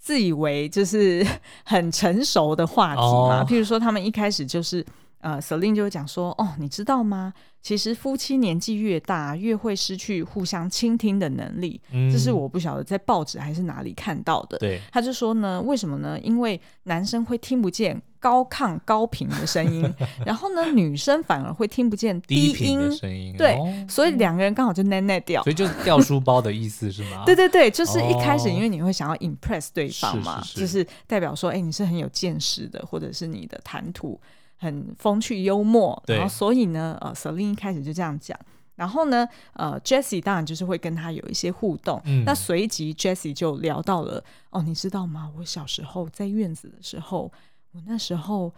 Speaker 1: 自以为就是很成熟的话题嘛
Speaker 2: 哦
Speaker 1: 譬如说他们一开始就是呃，Celine 就会讲说，哦，你知道吗？其实夫妻年纪越大，越会失去互相倾听的能力。
Speaker 2: 嗯
Speaker 1: 这是我不晓得在报纸还是哪里看到的。
Speaker 2: 对
Speaker 1: 他就说呢，为什么呢？因为男生会听不见高亢高频的声 音，然后呢，女生反而会听不见
Speaker 2: 低
Speaker 1: 低
Speaker 2: 频
Speaker 1: 音，
Speaker 2: 的声音，
Speaker 1: 对
Speaker 2: 哦
Speaker 1: 所以两个人刚好就奈奈掉
Speaker 2: 所。以就是掉书包的意思是 吗？
Speaker 1: 对对对，就是一开始
Speaker 2: 哦
Speaker 1: 因为你会想要 impress 对方嘛，
Speaker 2: 是
Speaker 1: 就
Speaker 2: 是是
Speaker 1: 是代表说，哎、你是很有见识的，或者是你的谈吐很风趣幽默，
Speaker 2: 对
Speaker 1: 然后所以呢，呃，Celine 一开始就这样讲，然后呢，呃，Jesse 当然就是会跟他有一些互动。
Speaker 2: 嗯
Speaker 1: 那随即 Jesse 就聊到了哦，你知道吗？我小时候在院子的时候，我那时候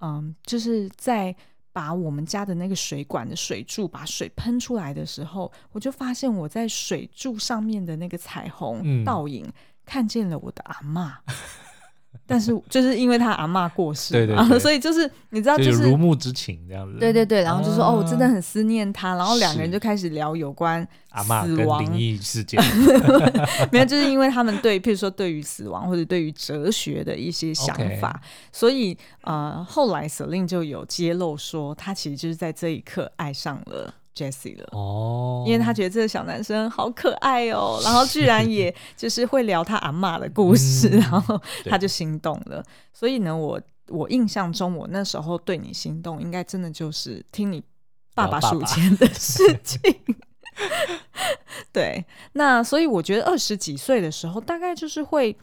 Speaker 1: 嗯，就是在把我们家的那个水管的水柱把水喷出来的时候，我就发现我在水柱上面的那个彩
Speaker 2: 嗯
Speaker 1: 虹倒影、看见了我的阿嬷。 但是就是因为他阿嬷过世嘛，
Speaker 2: 对对对
Speaker 1: 所以就是你知道，
Speaker 2: 就
Speaker 1: 就是是
Speaker 2: 如沐之情这样子。
Speaker 1: 对对对，然后就说、哦，我真的
Speaker 2: 啊
Speaker 1: 很思念他，然后两个人
Speaker 2: 是
Speaker 1: 就开始聊有关
Speaker 2: 阿嬷
Speaker 1: 死
Speaker 2: 跟
Speaker 1: 亡
Speaker 2: 灵异事件
Speaker 1: 没有，就是因为他们对，譬如说对于死亡或者对于哲学的一些想
Speaker 2: OK
Speaker 1: 法所以呃，后来 Selin 就有揭露说，他其实就是在这一刻爱上了 Jesse 了。
Speaker 2: 哦，
Speaker 1: 因为他觉得这个小男生好可爱 哦，然后居然也就是会聊他阿嬷的故事，
Speaker 2: 嗯
Speaker 1: 然后
Speaker 2: 对
Speaker 1: 他就心动了。所以呢，我我印象中，我那时候对你心动，应该真的就是听你爸爸
Speaker 2: 聊爸
Speaker 1: 数
Speaker 2: 爸
Speaker 1: 钱的事 情。对，那所以我觉得二十几岁的时候，大概就是会。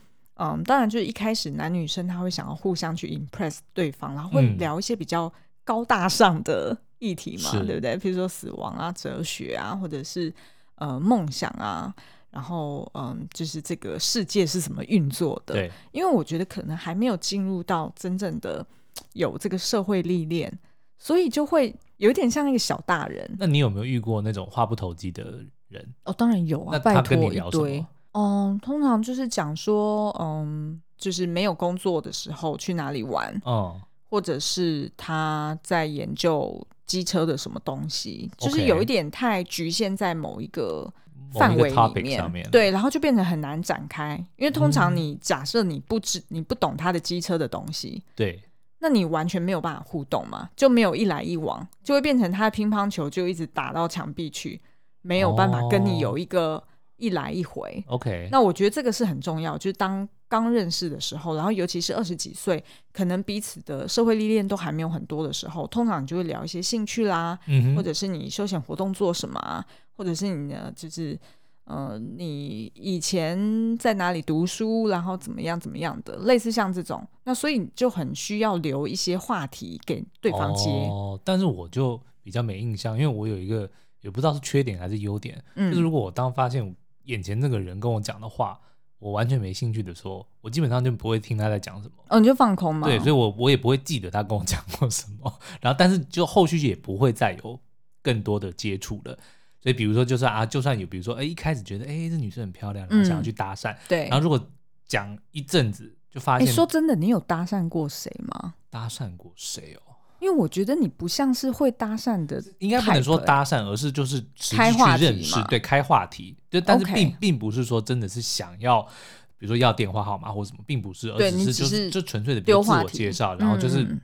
Speaker 1: 嗯，当然，就是一开始男女生他会想要互相去 impress 对方，然后会
Speaker 2: 嗯
Speaker 1: 聊一些比较高大上的议题嘛，
Speaker 2: 是
Speaker 1: 对不对？譬如说死亡啊、哲学啊，或者是呃梦想啊，然后嗯，就是这个世界是怎么运作的？
Speaker 2: 对
Speaker 1: 因为我觉得可能还没有进入到真正的有这个社会历练，所以就会有一点像一个小大人。
Speaker 2: 那你有没有遇过那种话不投机的人？
Speaker 1: 哦，当然有啊，
Speaker 2: 那
Speaker 1: 拜
Speaker 2: 他跟你
Speaker 1: 托一
Speaker 2: 聊什
Speaker 1: 堆
Speaker 2: 么。？
Speaker 1: 嗯，通常就是讲说，嗯，就是没有工作的时候去哪里玩，
Speaker 2: 哦，
Speaker 1: 或者是他在研究机车的什么东西，就
Speaker 2: OK
Speaker 1: 是有一点太局限在某一个
Speaker 2: 某一个
Speaker 1: 范围里
Speaker 2: topic
Speaker 1: 面，
Speaker 2: 上面
Speaker 1: 对，然后就变得很难展开。因为通常
Speaker 2: 嗯
Speaker 1: 你假设你不知你不懂他的机车的东西，
Speaker 2: 对，
Speaker 1: 那你完全没有办法互动嘛，就没有一来一往，就会变成他的乒乓球就一直打到墙壁去，没有办法跟你
Speaker 2: 哦
Speaker 1: 有一个一来一回。
Speaker 2: OK，
Speaker 1: 那我觉得这个是很重要，就是当刚认识的时候，然后尤其是二十几岁，可能彼此的社会历练都还没有很多的时候，通常你就会聊一些兴趣啦，
Speaker 2: 嗯
Speaker 1: 或
Speaker 2: 哼，
Speaker 1: 者是你休闲活动做什么啊，或者是你的就是呃，你以前在哪里读书，然后怎么样怎么样的，类似像这种，那所以你就很需要留一些话题给对方接，
Speaker 2: 哦，但是我就比较没印象，因为我有一个也不知道是缺点还是优点，
Speaker 1: 嗯，
Speaker 2: 就是如果我当发现眼前这个人跟我讲的话，我完全没兴趣的时候，我基本上就不会听他在讲什么。
Speaker 1: 哦，你就放空嘛，
Speaker 2: 对，所以我我也不会记得他跟我讲过什么，然后但是就后续也不会再有更多的接触了。所以比如说，就算啊，就算有，比如说，哎，一开始觉得，哎，这女生很漂亮，然后想要
Speaker 1: 嗯
Speaker 2: 去搭讪，
Speaker 1: 对
Speaker 2: 然后如果讲一阵子，就发
Speaker 1: 哎、
Speaker 2: 现
Speaker 1: 说真的，你有搭讪过谁吗？
Speaker 2: 搭讪过谁哦？
Speaker 1: 因为我觉得你不像是会搭讪的，
Speaker 2: 应该不能说，搭讪，而是就是实际
Speaker 1: 开话题
Speaker 2: 去认识
Speaker 1: 嘛，
Speaker 2: 对，开话题，就但是
Speaker 1: OK
Speaker 2: 并并不是说真的是想要，比如说要电话号码或什么，并不是，而
Speaker 1: 对
Speaker 2: 只
Speaker 1: 你
Speaker 2: 是
Speaker 1: 只
Speaker 2: 就是就纯粹的比
Speaker 1: 丢
Speaker 2: 如自
Speaker 1: 话
Speaker 2: 我
Speaker 1: 题
Speaker 2: 介绍，然后就是
Speaker 1: 嗯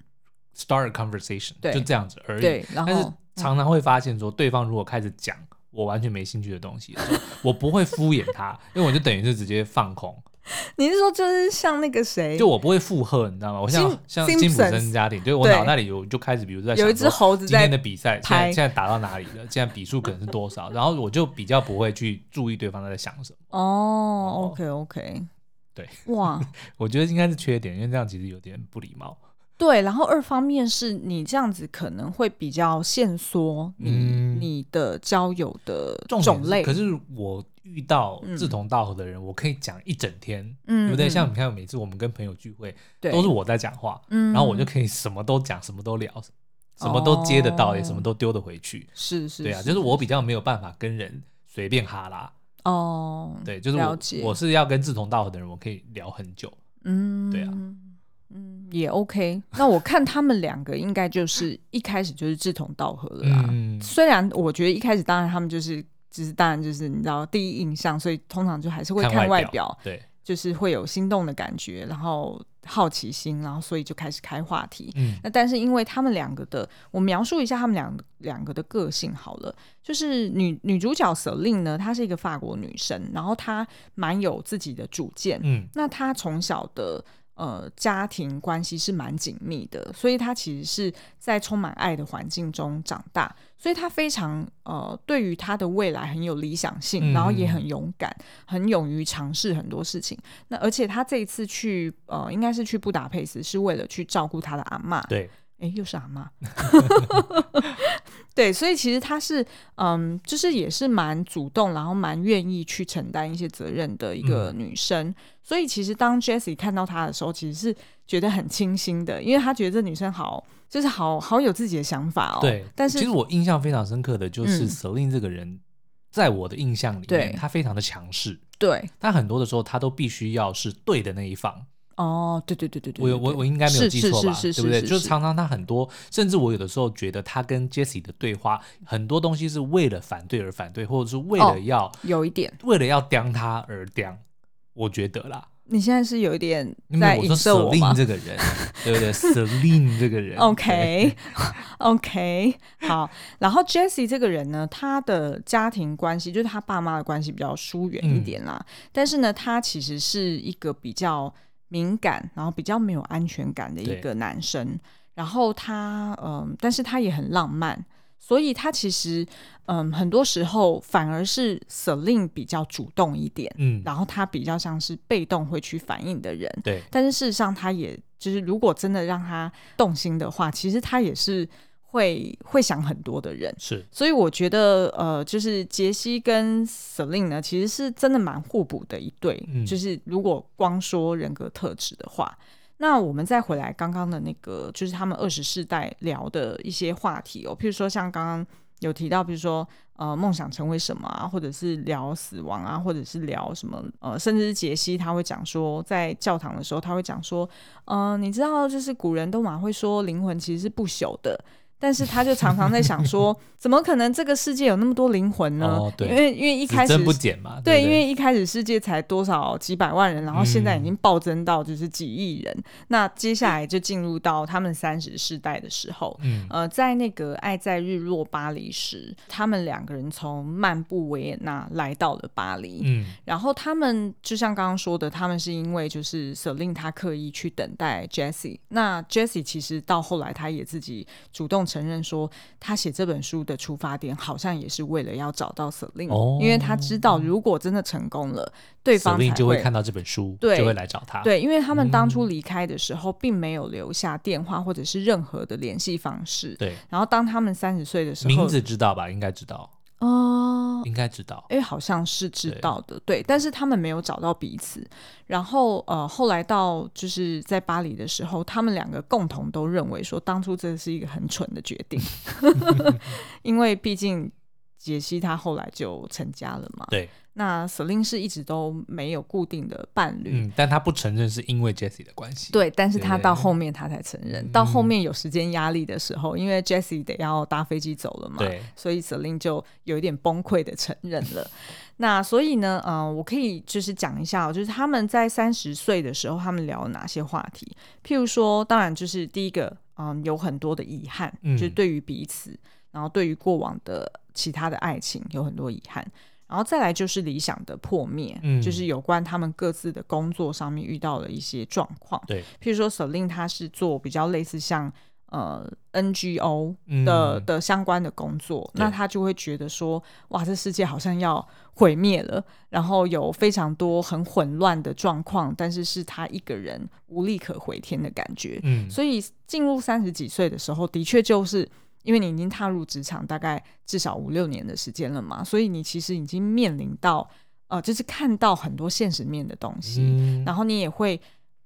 Speaker 2: start a conversation，
Speaker 1: 对
Speaker 2: 就这样子而已。
Speaker 1: 对，然
Speaker 2: 但是
Speaker 1: 后嗯
Speaker 2: 常常会发现说，对方如果开始讲我完全没兴趣的东西的时候，我不会敷衍他，因为我就等于是直接放空，
Speaker 1: 你是说就是像那个谁，
Speaker 2: 就我不会附和，你知道吗？我像
Speaker 1: 金
Speaker 2: 像辛普
Speaker 1: Simpsons
Speaker 2: 森家庭，对我
Speaker 1: 对
Speaker 2: 脑袋里有就开始，比如在想
Speaker 1: 有一
Speaker 2: 说
Speaker 1: 只猴子
Speaker 2: 今
Speaker 1: 在
Speaker 2: 天的比赛现在
Speaker 1: 拍
Speaker 2: 现在打到哪里了？现在比数可能是多少？然后我就比较不会去注意对方在想什么。
Speaker 1: 哦，OK OK，
Speaker 2: 对，
Speaker 1: 哇，
Speaker 2: 我觉得应该是缺点，因为这样其实有点不礼貌。
Speaker 1: 对，然后二方面是你这样子可能会比较限缩你、
Speaker 2: 嗯
Speaker 1: 你的交友的
Speaker 2: 重点
Speaker 1: 种
Speaker 2: 是
Speaker 1: 类，
Speaker 2: 可是我遇到
Speaker 1: 嗯
Speaker 2: 志同道合的人，我可以讲一整天，
Speaker 1: 嗯
Speaker 2: 对不对？
Speaker 1: 嗯
Speaker 2: 像你看，每次我们跟朋友聚会，
Speaker 1: 对
Speaker 2: 都是我在讲话，
Speaker 1: 嗯，
Speaker 2: 然后我就可以什么都讲，什么都聊，什么都接得到，也
Speaker 1: 哦
Speaker 2: 什么都丢得回去。
Speaker 1: 是是，
Speaker 2: 对啊，就是我比较没有办法跟人随便哈拉。
Speaker 1: 哦，
Speaker 2: 对，就是
Speaker 1: 了
Speaker 2: 我
Speaker 1: 解
Speaker 2: 我是要跟志同道合的人，我可以聊很久。
Speaker 1: 嗯，
Speaker 2: 对啊。
Speaker 1: 嗯，也 OK。那我看他们两个应该就是一开始就是志同道合了啦。
Speaker 2: 嗯，
Speaker 1: 虽然我觉得一开始当然他们就是，就是当然就是你知道第一印象，所以通常就还是会
Speaker 2: 看
Speaker 1: 看
Speaker 2: 外
Speaker 1: 外
Speaker 2: 表
Speaker 1: 表，
Speaker 2: 对，
Speaker 1: 就是会有心动的感觉，然后好奇心，然后所以就开始开话题。
Speaker 2: 嗯
Speaker 1: 那但是因为他们两个的，我描述一下他们两两个的个性好了。就是女女主角 Selin 呢，她是一个法国女生，然后她蛮有自己的主见，
Speaker 2: 嗯
Speaker 1: 那她从小的呃家庭关系是蛮紧密的，所以她其实是在充满爱的环境中长大，所以她非常呃对于她的未来很有理想性，
Speaker 2: 嗯
Speaker 1: 然后也很勇敢，很勇于尝试很多事情。那而且她这一次去呃应该是去布达 佩斯，是为了去照顾她的阿嬷。
Speaker 2: 对，
Speaker 1: 哎，又是阿妈。 对，所以其实他是嗯，就是也是蛮主动，然后蛮愿意去承担一些责任的一个
Speaker 2: 嗯
Speaker 1: 女生。所以其实当 Jessie 看到她的时候，其实是觉得很清新的，因为她觉得这女生好，就是好好有自己的想法哦。
Speaker 2: 对，
Speaker 1: 但
Speaker 2: 其
Speaker 1: 是
Speaker 2: 实我印象非常深刻的就是
Speaker 1: 嗯
Speaker 2: Celine 这个人，在我的印象里
Speaker 1: 对
Speaker 2: 面，他非常的强势，
Speaker 1: 对
Speaker 2: 他很多的时候他都必须要是对的那一方。
Speaker 1: 哦，对对对对对，
Speaker 2: 我
Speaker 1: 对
Speaker 2: 有我
Speaker 1: 对
Speaker 2: 我应该没有
Speaker 1: 是
Speaker 2: 记
Speaker 1: 是
Speaker 2: 错吧？
Speaker 1: 是是
Speaker 2: 对不对？
Speaker 1: 是是
Speaker 2: 就是常常他很多，甚至我有的时候觉得他跟 Jesse i 的对话，很多东西是为了反对而反对，或者是为
Speaker 1: 哦
Speaker 2: 了要、
Speaker 1: 有一点，
Speaker 2: 为了要刁他而刁，我觉得啦。
Speaker 1: 你现在是有一点
Speaker 2: 因
Speaker 1: 在
Speaker 2: 为我
Speaker 1: 影
Speaker 2: 说
Speaker 1: 射我吗
Speaker 2: Celine 这个人，对不对？Celine 这个人
Speaker 1: OK OK，好。 然后 Jessie 这个人呢，他的家庭关系就是他爸妈的关系比较疏远
Speaker 2: 嗯
Speaker 1: 一点啦，但是呢，他其实是一个比较敏感，然后比较没有安全感的一
Speaker 2: 对
Speaker 1: 个男生。然后他嗯，但是他也很浪漫。所以他其实，嗯，很多时候反而是 Celine 比较主动一点，
Speaker 2: 嗯，
Speaker 1: 然后他比较像是被动会去反应的人，
Speaker 2: 对，
Speaker 1: 但是事实上，他也就是如果真的让他动心的话，其实他也是会会想很多的人。
Speaker 2: 是
Speaker 1: 所以我觉得，呃，就是杰西跟 Celine 呢，其实是真的蛮互补的一对。
Speaker 2: 嗯
Speaker 1: 就是如果光说人格特质的话，那我们再回来刚刚的那个，就是他们二十世代聊的一些话题哦，譬如说像刚刚有提到，比如说呃，梦想成为什么啊，或者是聊死亡啊，或者是聊什么呃，甚至是杰西他会讲说，在教堂的时候他会讲说，嗯、你知道，就是古人都蛮会说灵魂其实是不朽的。但是他就常常在想 说，怎么可能这个世界有那么多灵魂呢？
Speaker 2: 哦对
Speaker 1: 因为因为一
Speaker 2: 一
Speaker 1: 开始
Speaker 2: 真不减嘛，
Speaker 1: 对，
Speaker 2: 不
Speaker 1: 因为一开始世界才多少几百万人，然后现在已经暴增到就是几亿
Speaker 2: 嗯
Speaker 1: 人。那接下来就进入到他们三十世代的时候，
Speaker 2: 嗯
Speaker 1: 呃，在那个《爱在日落巴黎》时，他们两个人从漫步维也纳来到了巴黎。
Speaker 2: 嗯
Speaker 1: 然后他们就像刚刚说的，他们是因为就是 Celine 她刻意去等待 Jessie。那 Jessie 其实到后来，她也自己主动承认说，她写这本书的出发点好像也是为了要找到 Celine，、
Speaker 2: 哦
Speaker 1: 因为她知道如果真的成功了，对方才
Speaker 2: ，Celine 就会看到嗯这本书，
Speaker 1: 对
Speaker 2: 就会来找他，，
Speaker 1: 对，因为他们当初离开的时候，并没有留下电话或者是任何的联系方式。
Speaker 2: 对，
Speaker 1: 然后当他们三十岁的时候，
Speaker 2: 名字知道吧？应该知道，
Speaker 1: 哦，
Speaker 2: 应该知道，
Speaker 1: 哎、好像是知
Speaker 2: 对
Speaker 1: 道的，对，但是他们没有找到彼此。然后呃，后来到就是在巴黎的时候，他们两个共同都认为说，当初这是一个很蠢的决 定，因为毕竟杰西她后来就成家了嘛。
Speaker 2: 对，
Speaker 1: 那 Celine 是一直都没有固定的伴侣。
Speaker 2: 嗯，但他不承认是因为 Jesse i 的关系，，
Speaker 1: 对，但是他
Speaker 2: 对嗯
Speaker 1: 到后面他才承认，到后面有时间压力的时候，因为 Jesse 得要搭飞机走了嘛，
Speaker 2: 对，
Speaker 1: 所以 Celine 就有一点崩溃的承认了。 那所以呢，嗯、我可以就是讲一下哦，就是他们在三十岁的时候，他们聊了哪些话题？譬如说，当然就是第一个，嗯、有很多的遗憾，
Speaker 2: 嗯
Speaker 1: 就是对于彼此，然后对于过往的其他的爱情有很多遗憾。然后再来就是理想的破灭，
Speaker 2: 嗯
Speaker 1: 就是有关他们各自的工作上面遇到了一些状况。
Speaker 2: 对，
Speaker 1: 譬如说 Celine 她是做比较类似像呃 NGO
Speaker 2: 嗯
Speaker 1: 的、的相关的工作，
Speaker 2: 对
Speaker 1: 那他就会觉得说，哇，这世界好像要毁灭了，然后有非常多很混乱的状况，但是是他一个人无力可回天的感觉。
Speaker 2: 嗯，
Speaker 1: 所以进入三十几岁的时候，的确就是因为你已经踏入职场大概至少五六年的时间了嘛，所以你其实已经面临到呃，就是看到很多现实面的东西，
Speaker 2: 嗯
Speaker 1: 然后你也会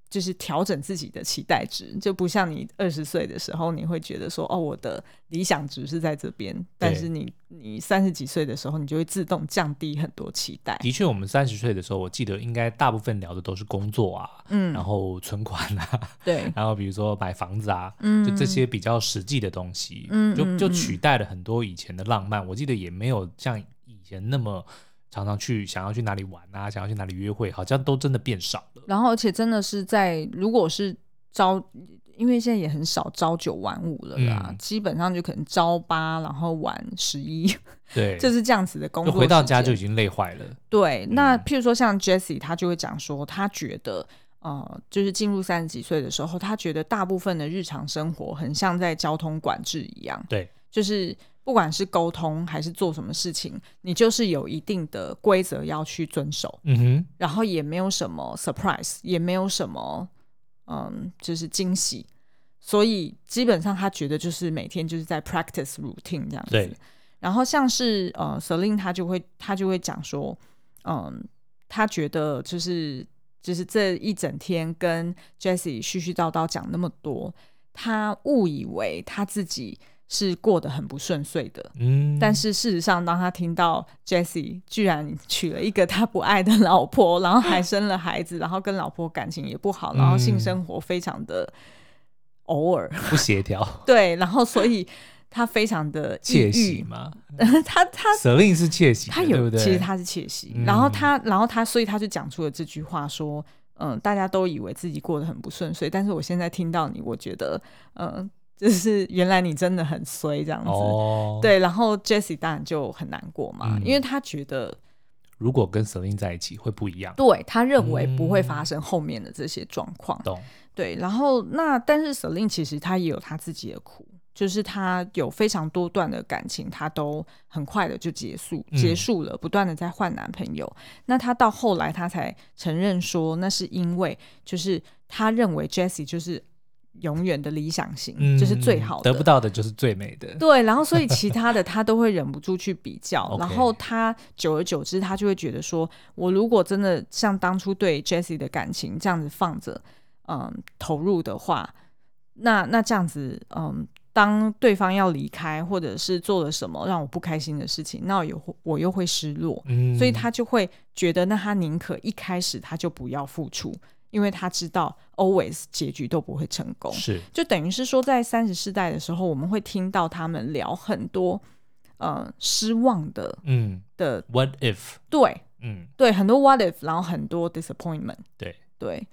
Speaker 1: 就是调整自己的期待值，就不像你二十岁的时候，你会觉得说哦，我的理想值是在这边，但是你你三十几岁的时候，你就会自动降低很多期待。
Speaker 2: 的确，我们三十岁的时候，我记得应该大部分聊的都是工作啊，
Speaker 1: 嗯
Speaker 2: 然后存款啊，
Speaker 1: 对，
Speaker 2: 然后比如说买房子啊，
Speaker 1: 嗯
Speaker 2: 就这些比较实际的东西，
Speaker 1: 嗯
Speaker 2: 就
Speaker 1: 嗯
Speaker 2: 就
Speaker 1: 嗯
Speaker 2: 取代了很多以前的浪漫。我记得也没有像以前那么常常去想要去哪里玩啊，想要去哪里约会，好像都真的变少了。
Speaker 1: 然后而且真的是在如果是朝，因为现在也很少朝九晚五了啦，
Speaker 2: 嗯
Speaker 1: 基本上就可能朝八，然后晚十一，
Speaker 2: 对，
Speaker 1: 就是这样子的工
Speaker 2: 就
Speaker 1: 作。
Speaker 2: 回到家就已经累坏了。
Speaker 1: 对，那
Speaker 2: 嗯
Speaker 1: 譬如说像 Jessie，她就会讲说，她觉得呃，就是进入三十几岁的时候，她觉得大部分的日常生活很像在交通管制一样，
Speaker 2: 对，
Speaker 1: 就是不管是沟通还是做什么事情，你就是有一定的规则要去遵守，
Speaker 2: 嗯哼，
Speaker 1: 然后也没有什么 surprise，也没有什么嗯，就是惊喜。所以基本上他觉得就是每天就是在 practice routine 这样子。
Speaker 2: 对，
Speaker 1: 然后像是呃 Selin 他就会他就会讲说，嗯，他觉得就是就是这一整天跟 Jesse 絮絮叨叨讲那么多，他误以为他自己是过得很不顺遂的。
Speaker 2: 嗯，
Speaker 1: 但是事实上，当他听到 Jesse 居然娶了一个他不爱的老婆，然后还生了孩子，然后跟老婆感情也不好，然后性
Speaker 2: 嗯
Speaker 1: 生活非常的偶尔，
Speaker 2: 不协调，
Speaker 1: 对，然后所以他非常的抑
Speaker 2: 窃
Speaker 1: 郁
Speaker 2: 喜嘛。
Speaker 1: 他他
Speaker 2: 舍令是窃喜的，
Speaker 1: 他
Speaker 2: 对
Speaker 1: 有，
Speaker 2: 不对？
Speaker 1: 其实他是窃喜，
Speaker 2: 嗯
Speaker 1: 然后他，然后他，所以他就讲出了这句话，说，嗯，大家都以为自己过得很不顺遂，但是我现在听到你，我觉得，嗯，就是原来你真的很衰这样子。
Speaker 2: 哦，，
Speaker 1: 对，然后 Jesse 当然就很难过嘛，
Speaker 2: 嗯
Speaker 1: 因为他觉得，
Speaker 2: 如果跟舍令在一起会不一样，
Speaker 1: 对他认为不会
Speaker 2: 嗯
Speaker 1: 发生后面的这些状况。
Speaker 2: 懂？
Speaker 1: 对，然后那但是 Selin 其实她也有她自己的苦，就是她有非常多段的感情，她都很快的就结束，
Speaker 2: 嗯
Speaker 1: 结束了，不断的在换男朋友。那她到后来她才承认说，那是因为就是她认为 Jesse 就是永远的理想型，
Speaker 2: 嗯，
Speaker 1: 就是最好的，
Speaker 2: 得不到的就是最美 的，
Speaker 1: 对，然后所以其他的他都会忍不住去比较
Speaker 2: OK，
Speaker 1: 然后他久而久之，他就会觉得说，我如果真的像当初对 Jesse 的感情这样子放着，嗯，投入的话，那那这样子，嗯，当对方要离开，或者是做了什么让我不开心的事情，那我又会我又会失落，
Speaker 2: 嗯，
Speaker 1: 所以他就会觉得，那他宁可一开始他就不要付出，因为他知道 always 结局都不会成功。
Speaker 2: 是
Speaker 1: 就等于是说，在三十世代的时候，我们会听到他们聊很多呃失望的
Speaker 2: 嗯
Speaker 1: 的，
Speaker 2: ，What if？
Speaker 1: 对
Speaker 2: 嗯，
Speaker 1: 对，很多 what if，然后很多 disappointment，
Speaker 2: 对
Speaker 1: 对，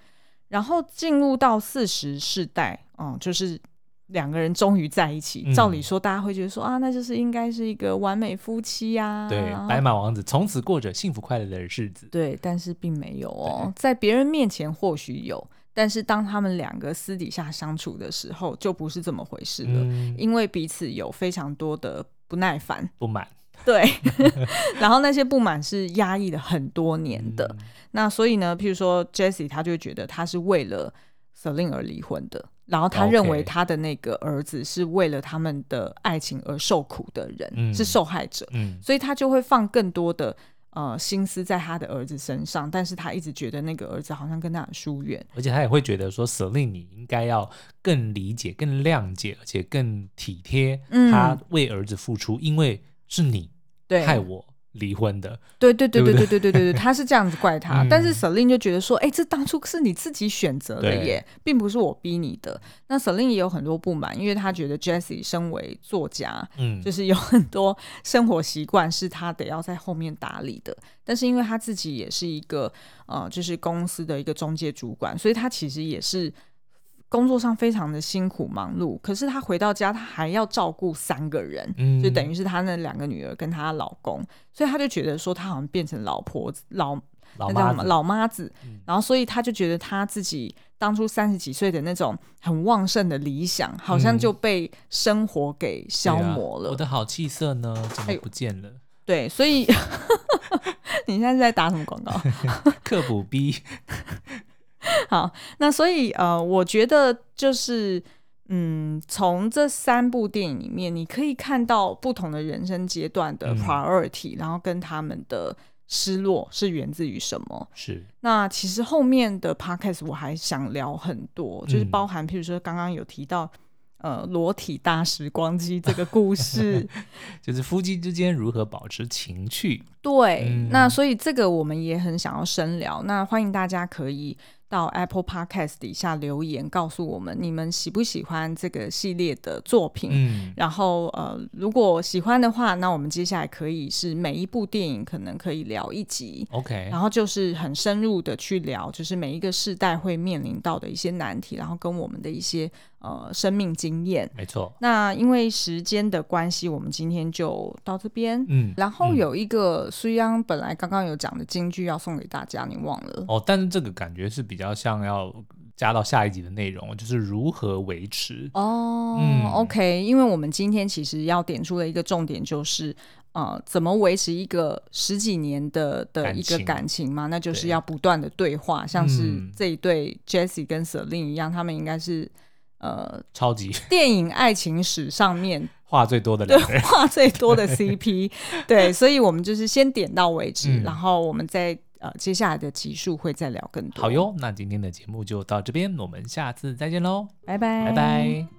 Speaker 1: 然后进入到四十世代，嗯，就是。两个人终于在一起，
Speaker 2: 嗯
Speaker 1: 照理说大家会觉得说啊，那就是应该是一个完美夫妻呀、
Speaker 2: 对，
Speaker 1: 然后
Speaker 2: 白马王子从此过着幸福快乐的日子，
Speaker 1: 啊对，但是并没有哦，在别人面前或许有，但是当他们两个私底下相处的时候，就不是这么回事了。
Speaker 2: 嗯，
Speaker 1: 因为彼此有非常多的不耐烦，
Speaker 2: 不满
Speaker 1: 对， 然后那些不满是压抑了很多年的。
Speaker 2: 嗯
Speaker 1: 那所以呢，譬如说 Jesse，他就会觉得他是为了 Selin 而离婚的，然后他
Speaker 2: OK
Speaker 1: 认为他的那个儿子是为了他们的爱情而受苦的人，
Speaker 2: 嗯
Speaker 1: 是受害者，
Speaker 2: 嗯，
Speaker 1: 所以他就会放更多的。呃，心思在他的儿子身上，但是他一直觉得那个儿子好像跟他很疏远，
Speaker 2: 而且他也会觉得说，舍令你应该要更理解、更谅解，而且更体贴，
Speaker 1: 嗯
Speaker 2: 他为儿子付出，因为是你
Speaker 1: 对，
Speaker 2: 害我离婚的，
Speaker 1: 对对对对
Speaker 2: 对不
Speaker 1: 对对对对对，他是这样子怪他，
Speaker 2: 嗯
Speaker 1: 但是 Selin 就觉得说，哎、这当初是你自己选择的
Speaker 2: 对
Speaker 1: 耶，并不是我逼你的。那 Selin 也有很多不满，因为他觉得 Jesse 身为作家，
Speaker 2: 嗯，
Speaker 1: 就是有很多生活习惯是他得要在后面打理的，但是因为他自己也是一个呃，就是公司的一个中介主管，所以他其实也是。工作上非常的辛苦忙碌，可是他回到家，他还要照顾三个人，
Speaker 2: 嗯，
Speaker 1: 就等于
Speaker 2: 于
Speaker 1: 是她那两个女儿跟她老公，所以她就觉得说她好像变成老婆子老
Speaker 2: 老
Speaker 1: 那叫
Speaker 2: 妈
Speaker 1: 什么
Speaker 2: 子
Speaker 1: 老妈子
Speaker 2: 嗯，
Speaker 1: 然后所以她就觉得她自己当初三十几岁的那种很旺盛的理想，好像
Speaker 2: 嗯
Speaker 1: 就被生活给消
Speaker 2: 对啊
Speaker 1: 磨了。
Speaker 2: 我的好气色呢，怎
Speaker 1: 哎
Speaker 2: 么
Speaker 1: 呦
Speaker 2: 不见了？
Speaker 1: 对，所以 你现在是在打什么广告？
Speaker 2: 刻补 B，
Speaker 1: 好，那所以呃，我觉得就是嗯，从这三部电影里面，你可以看到不同的人生阶段的
Speaker 2: 嗯
Speaker 1: priority，、然后跟他们的失落是源自于什么。
Speaker 2: 是
Speaker 1: 那其实后面的 podcast 我还想聊很多，就是包含譬如说刚刚有提到。呃，裸体大时光机这个故事，
Speaker 2: 就是夫妻之间如何保持情趣，
Speaker 1: 对，
Speaker 2: 嗯
Speaker 1: 那所以这个我们也很想要深聊。那欢迎大家可以到 Apple Podcast 底下留言，告诉我们你们喜不喜欢这个系列的作品。
Speaker 2: 嗯，
Speaker 1: 然后呃，如果喜欢的话，那我们接下来可以是每一部电影可能可以聊一集。
Speaker 2: OK，
Speaker 1: 然后就是很深入的去聊，就是每一个世代会面临到的一些难题，然后跟我们的一些呃生命经验。
Speaker 2: 没错，
Speaker 1: 那因为时间的关系，我们今天就到这边。
Speaker 2: 嗯，
Speaker 1: 然后
Speaker 2: 嗯
Speaker 1: 有一个苏央本来刚刚有讲的京剧要送给大家，你忘了？
Speaker 2: 哦，但是这个感觉是比较像要加到下一集的内容，就是如何维持，
Speaker 1: 哦、
Speaker 2: 嗯
Speaker 1: o k 因为我们今天其实要点出的一个重点就是，呃，怎么维持一个十几年的的
Speaker 2: 感
Speaker 1: 一个
Speaker 2: 情
Speaker 1: 感情嘛？那就是
Speaker 2: 对
Speaker 1: 要不断的对话，像是
Speaker 2: 嗯
Speaker 1: 这一对 Jesse 跟 Selin 一样，他们应该是呃
Speaker 2: 超级
Speaker 1: 电影爱情史上面
Speaker 2: 话最多的
Speaker 1: 对
Speaker 2: 两个人。
Speaker 1: 话最多的 CP，对，所以我们就是先点到为止，
Speaker 2: 嗯
Speaker 1: 然后我们再呃接下来的集数会再聊更多。
Speaker 2: 好，哟，那今天的节目就到这边，我们下次再见喽，
Speaker 1: 拜拜，
Speaker 2: 拜拜